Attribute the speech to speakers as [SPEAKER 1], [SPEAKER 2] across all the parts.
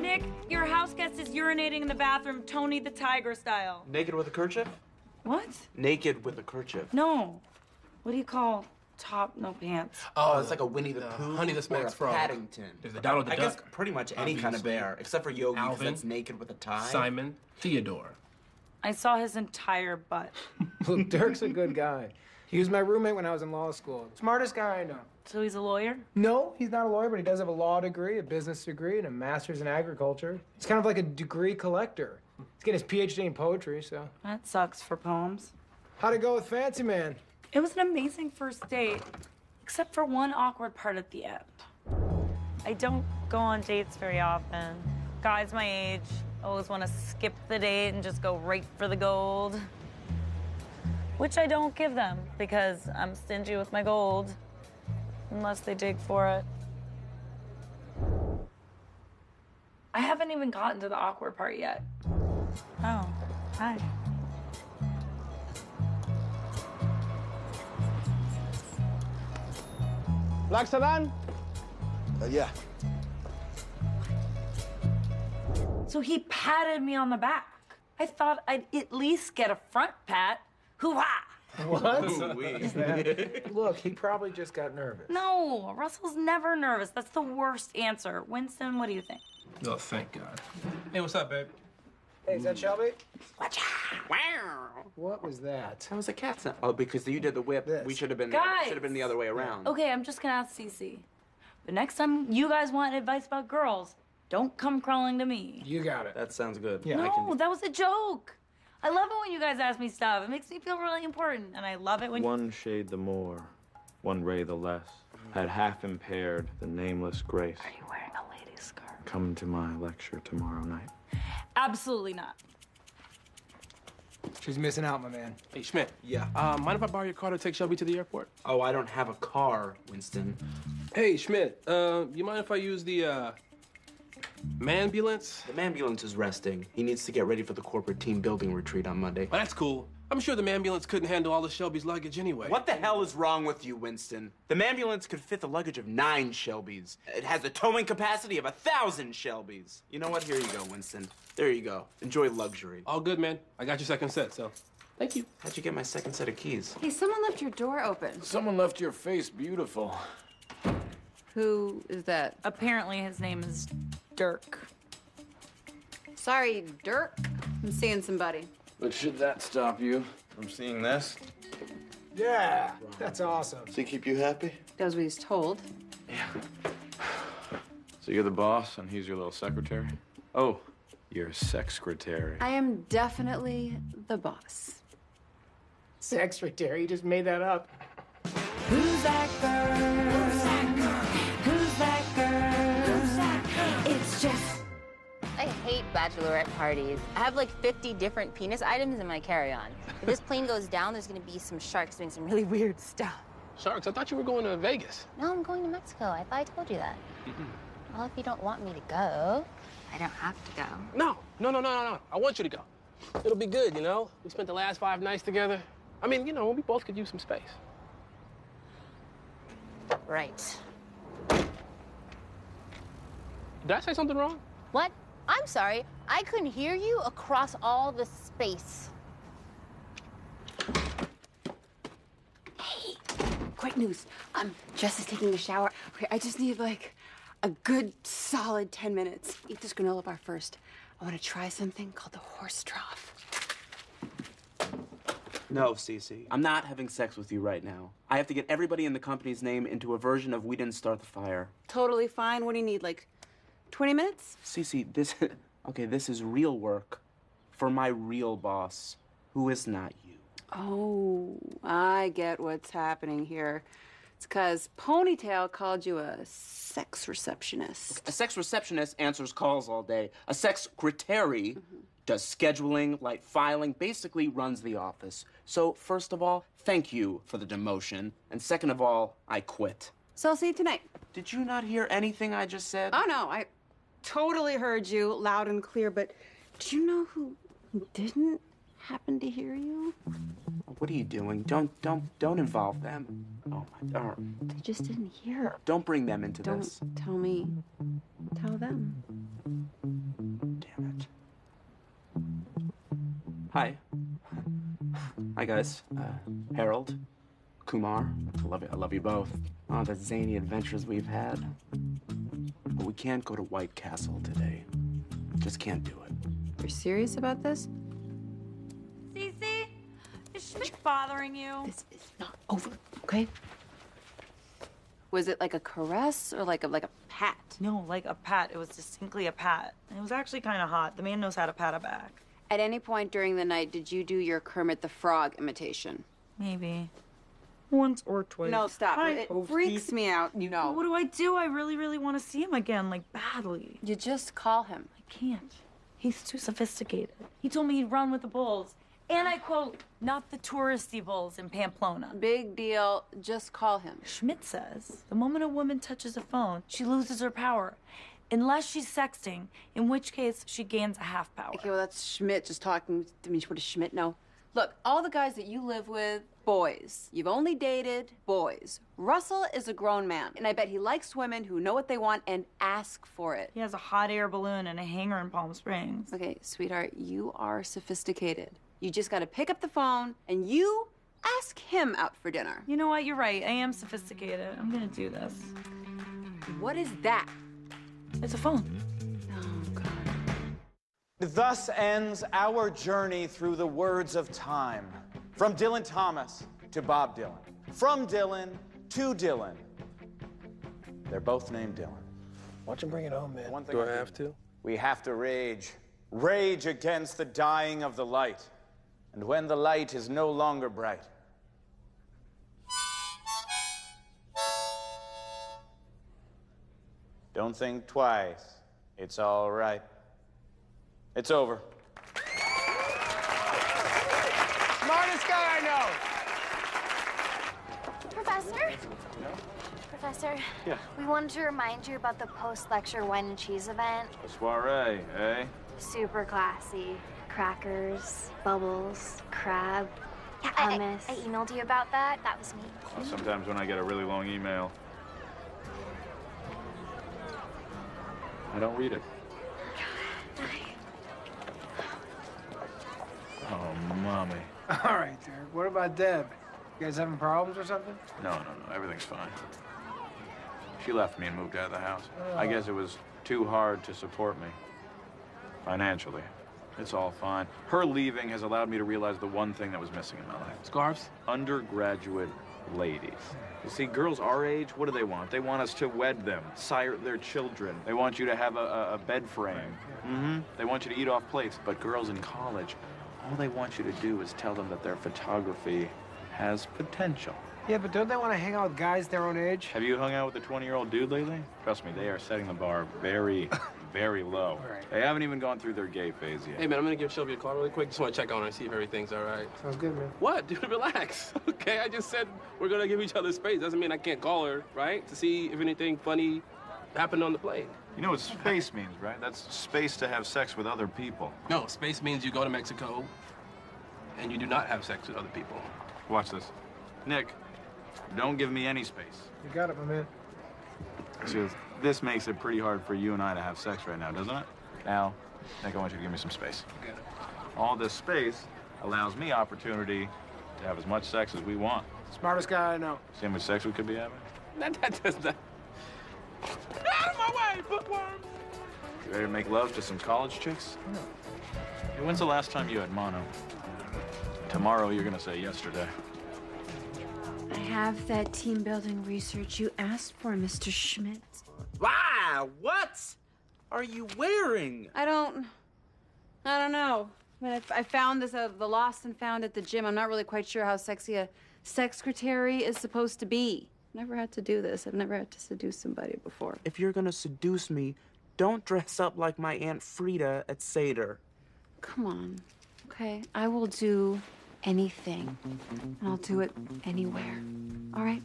[SPEAKER 1] Nick, your house guest is urinating in the bathroom, Tony the Tiger style.
[SPEAKER 2] Naked with a kerchief?
[SPEAKER 1] What?
[SPEAKER 2] Naked with a kerchief.
[SPEAKER 1] No. What do you call top, no pants?
[SPEAKER 2] Oh, it's like a Winnie the,
[SPEAKER 3] the
[SPEAKER 2] Pooh.
[SPEAKER 3] Honey the Smack's
[SPEAKER 2] or a
[SPEAKER 3] Frog.
[SPEAKER 2] Paddington.
[SPEAKER 4] There's the Donald the
[SPEAKER 2] I guess
[SPEAKER 4] Duck,
[SPEAKER 2] pretty much any kind of
[SPEAKER 4] obviously.
[SPEAKER 2] bear, except for Yogi, because
[SPEAKER 4] Alvin.
[SPEAKER 2] that's naked with a tie.
[SPEAKER 4] Simon, Theodore.
[SPEAKER 1] I saw his entire butt.
[SPEAKER 5] Look, Dirk's a good guy. He was my roommate when I was in law school. Smartest guy I know.
[SPEAKER 1] So he's a lawyer?
[SPEAKER 5] No, he's not a lawyer, but he does have a law degree, a business degree, and a master's in agriculture. He's kind of like a degree collector. He's getting his PhD in poetry, so.
[SPEAKER 1] That sucks for poems.
[SPEAKER 5] How'd it go with Fancy Man?
[SPEAKER 1] It was an amazing first date, except for one awkward part at the end.
[SPEAKER 6] I don't go on dates very often. Guys my age always want to skip the date and just go right for the gold, which I don't give them because I'm stingy with my gold, unless they dig for it.
[SPEAKER 1] I haven't even gotten to the awkward part yet. Oh, hi.
[SPEAKER 5] Black Sedan?
[SPEAKER 7] yeah.
[SPEAKER 1] So he patted me on the back. I thought I'd at least get a front pat. Hoo-ha!
[SPEAKER 5] What?
[SPEAKER 2] Ooh-wee.
[SPEAKER 5] Look, he probably just got nervous.
[SPEAKER 1] No, Russell's never nervous. That's the worst answer. Winston, what do you think?
[SPEAKER 4] Oh, thank God.
[SPEAKER 3] Hey, what's up, babe?
[SPEAKER 5] Hey, is that Shelby? What was that?
[SPEAKER 2] That was a cat's nap. Oh, because you did the whip.
[SPEAKER 5] This.
[SPEAKER 2] We should have been
[SPEAKER 1] Guys!
[SPEAKER 2] should have been the other way around.
[SPEAKER 1] Okay, I'm just gonna ask Cece. But next time you guys want advice about girls, don't come crawling to me.
[SPEAKER 5] You got it.
[SPEAKER 2] That sounds good.
[SPEAKER 5] Yeah.
[SPEAKER 2] I
[SPEAKER 1] No,
[SPEAKER 2] can-
[SPEAKER 1] that was a joke. I love it when you guys ask me stuff. It makes me feel really important, and I love it when
[SPEAKER 8] One shade the more, one ray the less, had half impaired the nameless grace.
[SPEAKER 1] you're wearing a lady's scarf.
[SPEAKER 8] Come to my lecture tomorrow night.
[SPEAKER 1] Absolutely not.
[SPEAKER 5] She's missing out, my man.
[SPEAKER 3] Hey, Schmidt.
[SPEAKER 2] Yeah.
[SPEAKER 3] Uh, mind if I borrow your car to take Shelby to the airport?
[SPEAKER 2] Oh, I don't have a car, Winston.
[SPEAKER 3] Hey, Schmidt. Uh, you mind if I use the uh, manbulance?
[SPEAKER 2] The ambulance is resting. He needs to get ready for the corporate team building retreat on Monday.
[SPEAKER 3] Oh, that's cool. I'm sure the ambulance couldn't handle all of Shelby's luggage anyway.
[SPEAKER 2] What the hell is wrong with you, Winston? The ambulance could fit the luggage of nine Shelbys. It has a towing capacity of a thousand Shelbys. You know what? Here you go, Winston. There you go. Enjoy luxury.
[SPEAKER 3] All good, man. I got your second set, so thank you.
[SPEAKER 2] How'd you get my second set of keys?
[SPEAKER 9] Hey, someone left your door open.
[SPEAKER 8] Someone left your face beautiful.
[SPEAKER 9] Who is that?
[SPEAKER 1] Apparently, his name is Dirk.
[SPEAKER 9] Sorry, Dirk. I'm seeing somebody.
[SPEAKER 8] But should that stop you from seeing this?
[SPEAKER 5] Yeah, that's awesome.
[SPEAKER 7] Does he keep you happy?
[SPEAKER 9] Does what he's told.
[SPEAKER 8] So you're the boss, and he's your little secretary? Oh, your secretary.
[SPEAKER 9] I am definitely the boss.
[SPEAKER 5] Secretary, you just made that up.
[SPEAKER 6] Who's that girl? Who's that girl? Who's that girl? Who's that girl? It's just
[SPEAKER 10] I hate bachelorette parties. I have like 50 different penis items in my carry-on. If this plane goes down, there's gonna be some sharks doing some really weird stuff.
[SPEAKER 3] Sharks, I thought you were going to Vegas.
[SPEAKER 10] No, I'm going to Mexico. I thought I told you that. Well, if you don't want me to go, I don't have to go.
[SPEAKER 3] No, no, no, no, no, no. I want you to go. It'll be good, you know? We spent the last five nights together. I mean, you know, we both could use some space.
[SPEAKER 10] Right.
[SPEAKER 3] Did I say something wrong?
[SPEAKER 10] What? I'm sorry. I couldn't hear you across all the space.
[SPEAKER 9] Quick news. Um, Jess is taking a shower. Okay, I just need like a good solid 10 minutes. Eat this granola bar first. I want to try something called the horse trough.
[SPEAKER 2] No, Cece. I'm not having sex with you right now. I have to get everybody in the company's name into a version of We Didn't Start the Fire.
[SPEAKER 9] Totally fine. What do you need? Like 20 minutes?
[SPEAKER 2] Cece, this. Okay, this is real work for my real boss, who is not you.
[SPEAKER 9] Oh, I get what's happening here. It's because Ponytail called you a sex receptionist.
[SPEAKER 2] A sex receptionist answers calls all day. A sex secretary does scheduling, light filing, basically runs the office. So, first of all, thank you for the demotion. And second of all, I quit.
[SPEAKER 9] So I'll see you tonight.
[SPEAKER 2] Did you not hear anything I just said?
[SPEAKER 9] Oh no, I totally heard you loud and clear, but do you know who didn't happen to hear you?
[SPEAKER 2] What are you doing? Don't don't don't involve them. Oh my god.
[SPEAKER 9] They just didn't hear.
[SPEAKER 2] Don't bring them into
[SPEAKER 9] Don't
[SPEAKER 2] this.
[SPEAKER 9] tell me. Tell them.
[SPEAKER 2] Hi. Hi, guys. Uh, Harold, Kumar. I love you. I love you both. Oh, the zany adventures we've had. But we can't go to White Castle today. Just can't do it.
[SPEAKER 9] You're serious about this?
[SPEAKER 6] Cece, is she bothering you?
[SPEAKER 9] This is not over, okay? Was it like a caress or like a like a pat?
[SPEAKER 6] No, like a pat. It was distinctly a pat. And it was actually kind of hot. The man knows how to pat a back.
[SPEAKER 9] At any point during the night, did you do your Kermit the Frog imitation?
[SPEAKER 6] Maybe. Once or twice.
[SPEAKER 9] No, stop.
[SPEAKER 6] Hi,
[SPEAKER 9] it
[SPEAKER 6] Posty.
[SPEAKER 9] freaks me out. oh, You know.
[SPEAKER 6] What do I do? I really, really want to see him again, like badly.
[SPEAKER 9] You just call him.
[SPEAKER 6] I can't. He's too sophisticated. He told me he'd run with the bulls. And I quote, not the touristy bulls in Pamplona.
[SPEAKER 9] Big deal. Just call him.
[SPEAKER 6] Schmidt says the moment a woman touches a phone, she loses her power, unless she's sexting, in which case she gains a half power.
[SPEAKER 9] Okay, well that's Schmidt just talking. I mean, what does Schmidt know? Look, all the guys that you live with, boys. You've only dated boys. Russell is a grown man, and I bet he likes women who know what they want and ask for it.
[SPEAKER 6] He has a hot air balloon and a hangar in Palm Springs.
[SPEAKER 9] Okay, sweetheart, you are sophisticated. You just gotta pick up the phone and you ask him out for dinner.
[SPEAKER 6] You know what? You're right. I am sophisticated. I'm gonna do this.
[SPEAKER 9] What is that?
[SPEAKER 6] It's a phone.
[SPEAKER 9] Oh,
[SPEAKER 11] Thus ends our journey through the words of time. From Dylan Thomas to Bob Dylan. From Dylan to Dylan. They're both named Dylan.
[SPEAKER 3] Watch him bring it home, man.
[SPEAKER 11] One thing
[SPEAKER 3] Do I
[SPEAKER 11] I do-
[SPEAKER 3] have to?
[SPEAKER 11] We have to rage. Rage against the dying of the light. And when the light is no longer bright, don't think twice. It's all right. It's over. Smartest guy I know.
[SPEAKER 12] Professor? Professor?
[SPEAKER 8] Yeah.
[SPEAKER 12] We wanted to remind you about the post lecture wine and cheese event.
[SPEAKER 8] A soiree, eh?
[SPEAKER 12] Super classy. Crackers, bubbles, crab, hummus. I, emailed you about that. That was me.
[SPEAKER 8] Well, sometimes when I get a really long email, I don't read it.
[SPEAKER 4] Oh, mommy.
[SPEAKER 5] All right, Derek. What about Deb? You guys having problems or something?
[SPEAKER 8] No, no, no. Everything's fine. She left me and moved out of the house. I guess it was too hard to support me financially. It's all fine. Her leaving has allowed me to realize the one thing that was missing in my life
[SPEAKER 3] Scarves?
[SPEAKER 8] undergraduate ladies. You see, girls our age, what do they want? They want us to wed them, sire their children. They want you to have a, a, a bed frame. Mm-hmm. They want you to eat off plates. But girls in college, all they want you to do is tell them that their photography has potential.
[SPEAKER 5] Yeah, but don't they want to hang out with guys their own age?
[SPEAKER 8] Have you hung out with a 20 year old dude lately? Trust me, they are setting the bar very, very low. They haven't even gone through their gay phase yet.
[SPEAKER 3] Hey, man, I'm gonna give Shelby a call really quick. Just wanna check on her, see if everything's all right.
[SPEAKER 5] Sounds good, man.
[SPEAKER 3] What, dude? Relax. Okay, I just said we're gonna give each other space. Doesn't mean I can't call her, right? To see if anything funny happened on the plane.
[SPEAKER 8] You know what space means, right? That's space to have sex with other people.
[SPEAKER 3] No, space means you go to Mexico and you do not have sex with other people.
[SPEAKER 8] Watch this. Nick, don't give me any space.
[SPEAKER 5] You got it, my man.
[SPEAKER 8] Because this makes it pretty hard for you and I to have sex right now, doesn't it? Now, Nick, I want you to give me some space. All this space allows me opportunity to have as much sex as we want.
[SPEAKER 5] Smartest guy I know.
[SPEAKER 8] See how much sex we could be having?
[SPEAKER 3] That, that does not. Out of my way, bookworm!
[SPEAKER 8] You ready to make love to some college chicks?
[SPEAKER 5] No.
[SPEAKER 8] Hey, when's the last time you had mono? Tomorrow, you're gonna say yesterday.
[SPEAKER 9] I have that team building research you asked for, Mr. Schmidt.
[SPEAKER 2] Wow, what are you wearing?
[SPEAKER 9] I don't. I don't know. I mean, I, I found this at the lost and found at the gym. I'm not really quite sure how sexy a secretary is supposed to be. Never had to do this. I've never had to seduce somebody before.
[SPEAKER 2] If you're gonna seduce me, don't dress up like my Aunt Frida at Seder.
[SPEAKER 9] Come on. Okay, I will do anything, and I'll do it anywhere. All right.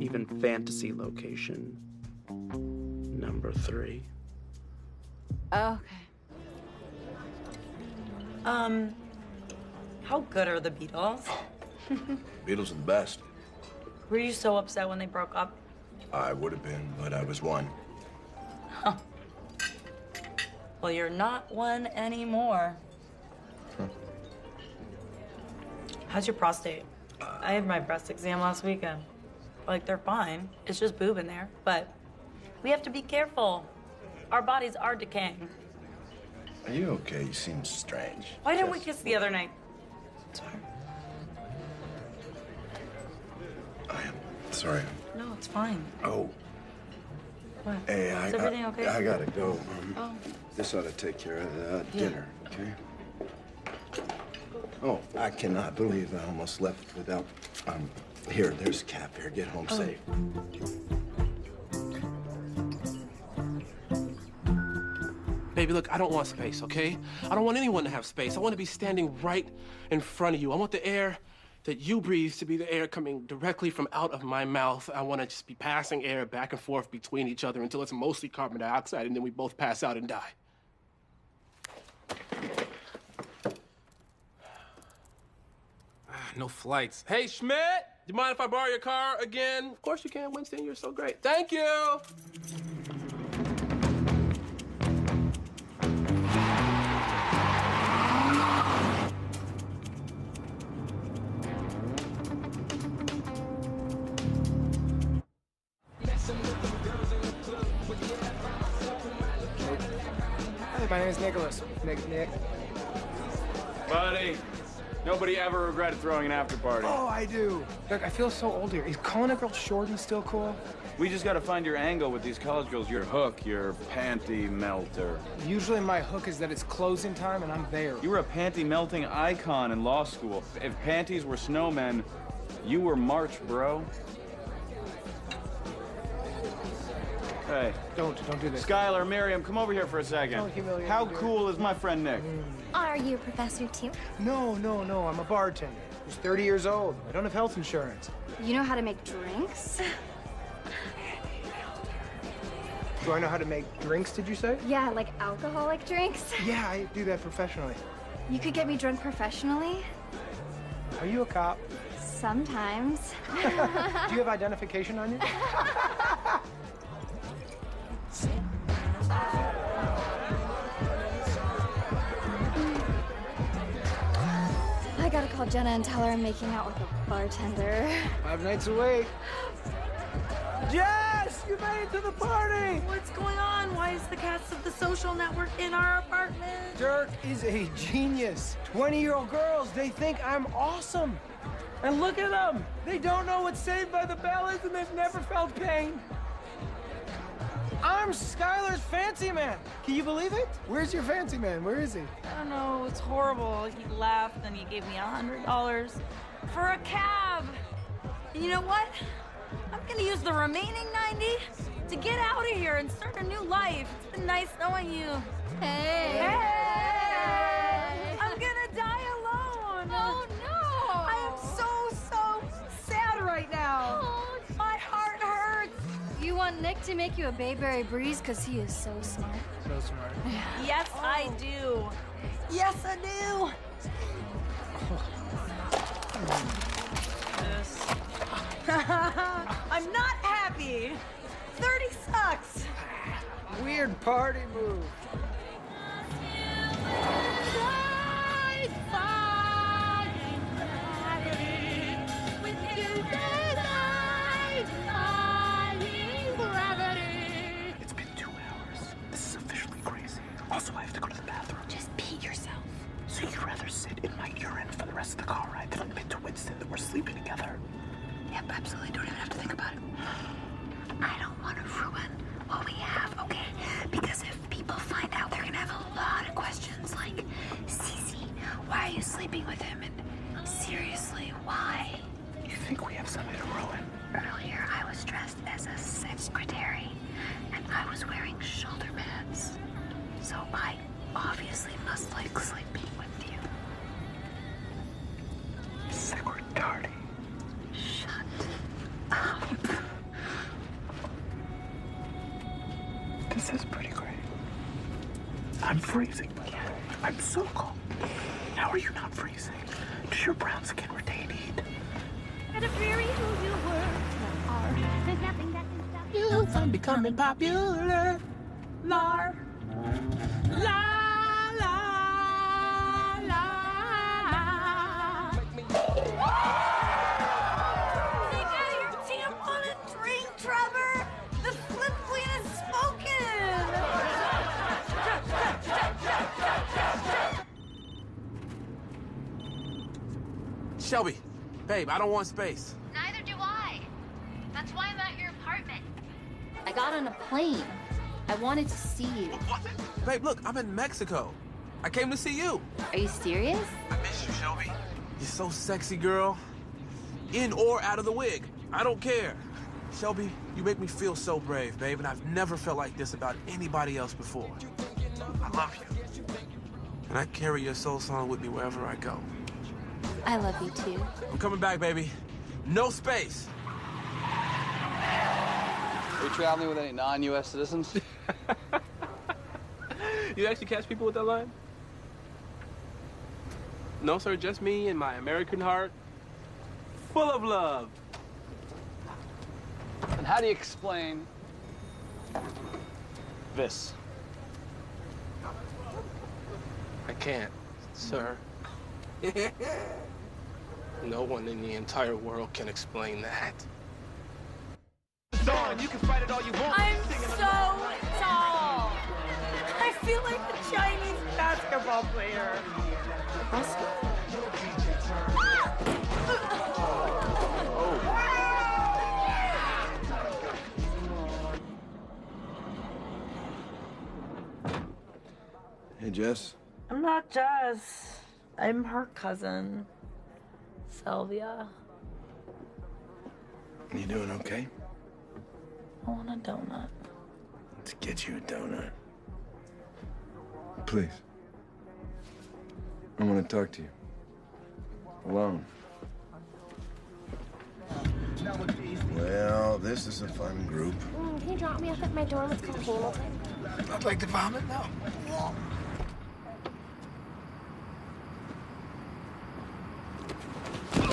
[SPEAKER 2] Even fantasy location number three.
[SPEAKER 9] Okay.
[SPEAKER 6] Um, how good are the Beatles?
[SPEAKER 7] Beatles are the best.
[SPEAKER 6] Were you so upset when they broke up?
[SPEAKER 7] I would have been, but I was one.
[SPEAKER 6] Well, you're not one anymore. How's your prostate? I had my breast exam last weekend. Like, they're fine. It's just boob in there. But we have to be careful. Our bodies are decaying.
[SPEAKER 7] Are you okay? You seem strange.
[SPEAKER 6] Why didn't we kiss the other night?
[SPEAKER 7] Sorry.
[SPEAKER 6] No, it's fine.
[SPEAKER 7] Oh,
[SPEAKER 6] What?
[SPEAKER 7] hey, I,
[SPEAKER 6] Is everything
[SPEAKER 7] I,
[SPEAKER 6] okay?
[SPEAKER 7] I gotta go. Um,
[SPEAKER 6] Oh.
[SPEAKER 7] This ought to take care of the
[SPEAKER 6] Yeah.
[SPEAKER 7] dinner, okay? Oh, I cannot believe I almost left without. Um, here, there's a cap here. Get home
[SPEAKER 6] Oh.
[SPEAKER 7] safe.
[SPEAKER 3] Baby, look, I don't want space, okay? I don't want anyone to have space. I want to be standing right in front of you. I want the air that you breathe to be the air coming directly from out of my mouth. I want to just be passing air back and forth between each other until it's mostly carbon dioxide and then we both pass out and die. Ah, No flights. Hey, Schmidt! Do you mind if I borrow your car again? Of course you can, Winston. You're so great. Thank you!
[SPEAKER 5] Hi, my name is Nicholas. Nick, Nick.
[SPEAKER 8] Buddy, nobody ever regretted throwing an after party.
[SPEAKER 5] Oh, I do. Look, I feel so old here. Is calling a girl short and still cool?
[SPEAKER 8] We just gotta find your angle with these college girls. Your hook, your panty melter.
[SPEAKER 5] Usually my hook is that it's closing time and I'm there.
[SPEAKER 8] You were a panty melting icon in law school. If panties were snowmen, you were March, bro. Hey.
[SPEAKER 5] Don't, don't do this.
[SPEAKER 8] Skylar, Miriam, come over here for a 2nd
[SPEAKER 5] Don't humiliate
[SPEAKER 8] How
[SPEAKER 5] me, dude.
[SPEAKER 8] cool is my friend Nick?
[SPEAKER 12] Are you a professor too?
[SPEAKER 5] No, no, no. I'm a bartender. Who's 30 years old. I don't have health insurance.
[SPEAKER 12] You know how to make drinks?
[SPEAKER 5] Do I know how to make drinks, did you say?
[SPEAKER 12] Yeah, like alcoholic drinks?
[SPEAKER 5] Yeah, I do that professionally.
[SPEAKER 12] You could get me drunk professionally?
[SPEAKER 5] Are you a cop?
[SPEAKER 12] Sometimes.
[SPEAKER 5] do you have identification on you?
[SPEAKER 12] I gotta call Jenna and tell her I'm making out with a bartender.
[SPEAKER 5] Five nights awake. Yes! You made it to the party!
[SPEAKER 6] What's going on? Why is the cast of the social network in our apartment?
[SPEAKER 5] Dirk is a genius. 20 year old girls, they think I'm awesome. And look at them. They don't know what Saved by the Bell is and they've never felt pain. I'm Skylar's fancy man. Can you believe it? Where's your fancy man? Where is he?
[SPEAKER 6] I don't know. It's horrible. He laughed and he gave me a hundred dollars for a cab. And you know what? I'm gonna use the remaining ninety to get out of here and start a new life. It's been nice knowing you. Hey. I'm gonna die alone. Oh no. I am so so sad right now. My heart hurts.
[SPEAKER 12] Oh. You want Nick to make you a Bayberry Breeze because he is so smart. Oh.
[SPEAKER 5] So smart.
[SPEAKER 6] Yes, I do. Yes, I do. This. I'm not happy. 30 sucks.
[SPEAKER 5] Weird party move.
[SPEAKER 2] It's been two hours. This is officially crazy. Also, I have to go to the bathroom. Just pee yourself. So you'd rather sit in my urine for the rest of the car ride than admit to Winston that we're sleeping together?
[SPEAKER 13] Yep, absolutely. Don't even have to think about it. I don't want to ruin what we have, okay? Because if people find out, they're gonna have a lot of questions like, Cece, why are you sleeping with him? And seriously, why? You think we have something to ruin? Earlier, I was dressed as a secretary, and I was wearing shoulder pads. So I obviously must like sleeping with you. Secretary. Shut up.
[SPEAKER 2] This is pretty great. I'm freezing, by the way. I'm so cold. How are you not freezing? Does your brown skin retain heat? I'm becoming popular. Lar.
[SPEAKER 13] Trevor, the flip queen has spoken.
[SPEAKER 3] Shelby, babe, I don't want space.
[SPEAKER 12] Neither do I. That's why I'm at your apartment.
[SPEAKER 10] I got on a plane. I wanted to see you.
[SPEAKER 3] Babe, look, I'm in Mexico. I came to see you.
[SPEAKER 10] Are you serious?
[SPEAKER 3] I miss you, Shelby. You're so sexy, girl. In or out of the wig. I don't care. Shelby, you make me feel so brave, babe, and I've never felt like this about anybody else before. I love you. And I carry your soul song with me wherever I go.
[SPEAKER 10] I love you too.
[SPEAKER 3] I'm coming back, baby. No space.
[SPEAKER 14] Are you traveling with any non-U.S. citizens?
[SPEAKER 3] You actually catch people with that line? No, sir, just me and my American heart full of love.
[SPEAKER 14] And how do you explain
[SPEAKER 11] This.
[SPEAKER 3] I can't, sir. no one in the entire world can explain that.
[SPEAKER 11] Dawn, you can fight it all you want.
[SPEAKER 13] I'm so tall. I feel like a Chinese basketball player.
[SPEAKER 7] Hey, Jess.
[SPEAKER 6] I'm not Jess. I'm her cousin, Sylvia.
[SPEAKER 7] You doing okay?
[SPEAKER 6] I want a donut.
[SPEAKER 7] Let's get you a donut. Please. I want to talk to you. Alone. Well, this is a fun group.
[SPEAKER 12] Mm, can you drop me off at my dorm? It's called Hamilton.
[SPEAKER 7] I'd like to vomit now.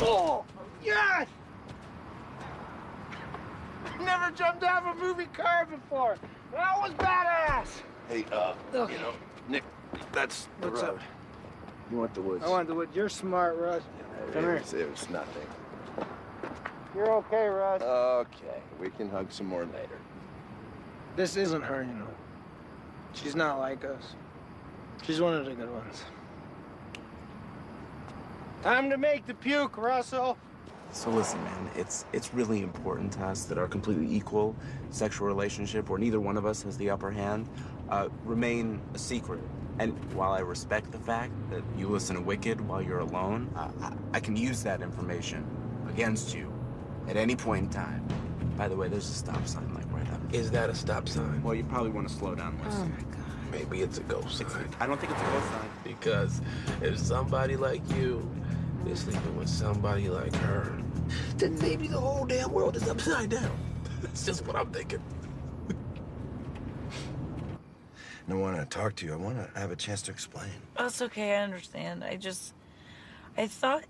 [SPEAKER 13] Oh,
[SPEAKER 5] Yes! Never jumped out of a movie car before. That was badass.
[SPEAKER 7] Hey, uh,
[SPEAKER 5] Okay.
[SPEAKER 7] you know, Nick, that's the
[SPEAKER 5] What's
[SPEAKER 7] road.
[SPEAKER 5] up?
[SPEAKER 7] You want the woods?
[SPEAKER 5] I wanted to. wood. You're smart, Russ. Come here.
[SPEAKER 7] There's, there's nothing.
[SPEAKER 5] You're okay, Russ.
[SPEAKER 7] Okay, we can hug some more later.
[SPEAKER 5] This isn't her, you know. She's not like us. She's one of the good ones. Time to make the puke, Russell.
[SPEAKER 2] So listen, man, it's it's really important to us that our completely equal sexual relationship, where neither one of us has the upper hand, uh, remain a secret. And while I respect the fact that you listen to Wicked while you're alone, uh, I, I can use that information against you at any point in time. By the way, there's a stop sign like right up.
[SPEAKER 3] Is that a stop sign?
[SPEAKER 2] Well, you probably want to slow down one second.
[SPEAKER 3] Maybe it's a ghost sign.
[SPEAKER 2] I don't think it's a ghost sign.
[SPEAKER 3] Because if somebody like you is sleeping with somebody like her, then maybe the whole damn world is upside down. That's just what I'm thinking.
[SPEAKER 7] And I want to talk to you. I want to have a chance to explain.
[SPEAKER 6] That's okay. I understand. I just, I thought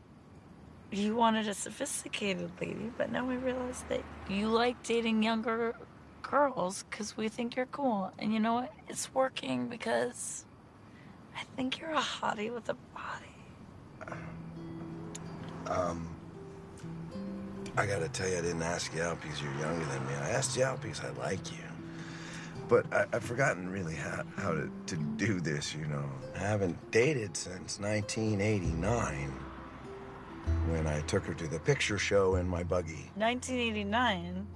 [SPEAKER 6] you wanted a sophisticated lady, but now I realize that you like dating younger girls because we think you're cool. And you know what? It's working because I think you're a hottie with a body.
[SPEAKER 7] Um, I gotta tell you, I didn't ask you out because you're younger than me. I asked you out because I like you. But I, I've forgotten really how, how to, to do this, you know. I haven't dated since 1989 when I took her to the picture show in my buggy.
[SPEAKER 6] 1989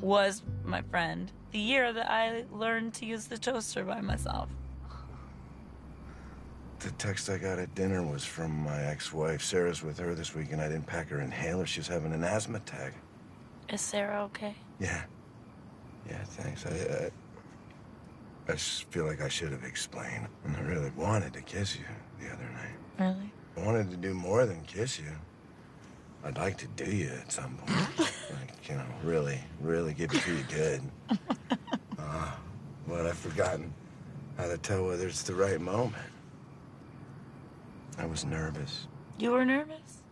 [SPEAKER 6] was, my friend, the year that I learned to use the toaster by myself.
[SPEAKER 7] The text I got at dinner was from my ex wife. Sarah's with her this week, and I didn't pack her inhaler. She was having an asthma attack.
[SPEAKER 6] Is Sarah okay?
[SPEAKER 7] Yeah. Yeah, thanks. I, I, I just feel like I should have explained. And I really wanted to kiss you the other night.
[SPEAKER 6] Really?
[SPEAKER 7] I wanted to do more than kiss you. I'd like to do you at some point. like, you know, really, really give it to you good. Uh, but I've forgotten how to tell whether it's the right moment. I was nervous.
[SPEAKER 6] You were nervous?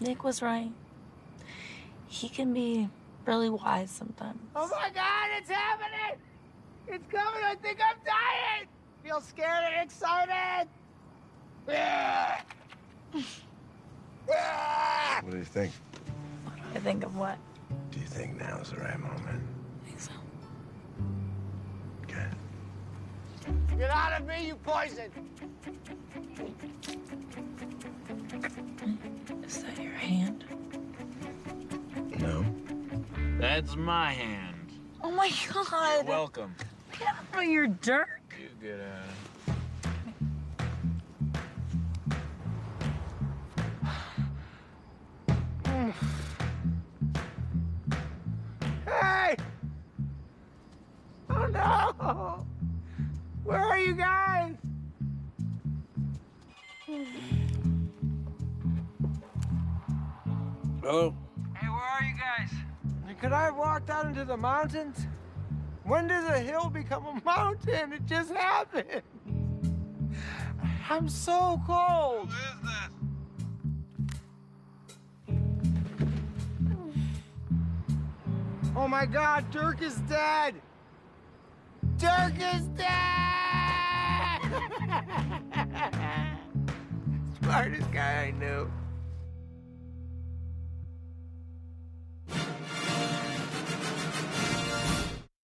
[SPEAKER 6] Nick was right. He can be really wise sometimes.
[SPEAKER 5] Oh my God, it's happening!
[SPEAKER 15] It's coming! I think I'm dying! Feel scared and excited! Yeah.
[SPEAKER 7] What do you think?
[SPEAKER 6] I think of what?
[SPEAKER 7] Do you think now's the right moment?
[SPEAKER 6] I think so.
[SPEAKER 15] Get out of me, you poison!
[SPEAKER 6] Is that your hand?
[SPEAKER 7] No.
[SPEAKER 16] That's my hand.
[SPEAKER 6] Oh my god!
[SPEAKER 16] Welcome.
[SPEAKER 6] Get off of your dirt!
[SPEAKER 16] You get out.
[SPEAKER 15] Hey! Oh no! Where are you guys?
[SPEAKER 5] Hello?
[SPEAKER 15] Hey, where are you guys?
[SPEAKER 5] Could I have walked out into the mountains? When does a hill become a mountain? It just happened. I'm so cold. Oh my god, Dirk is dead! Dirk is dead! Smartest guy I knew.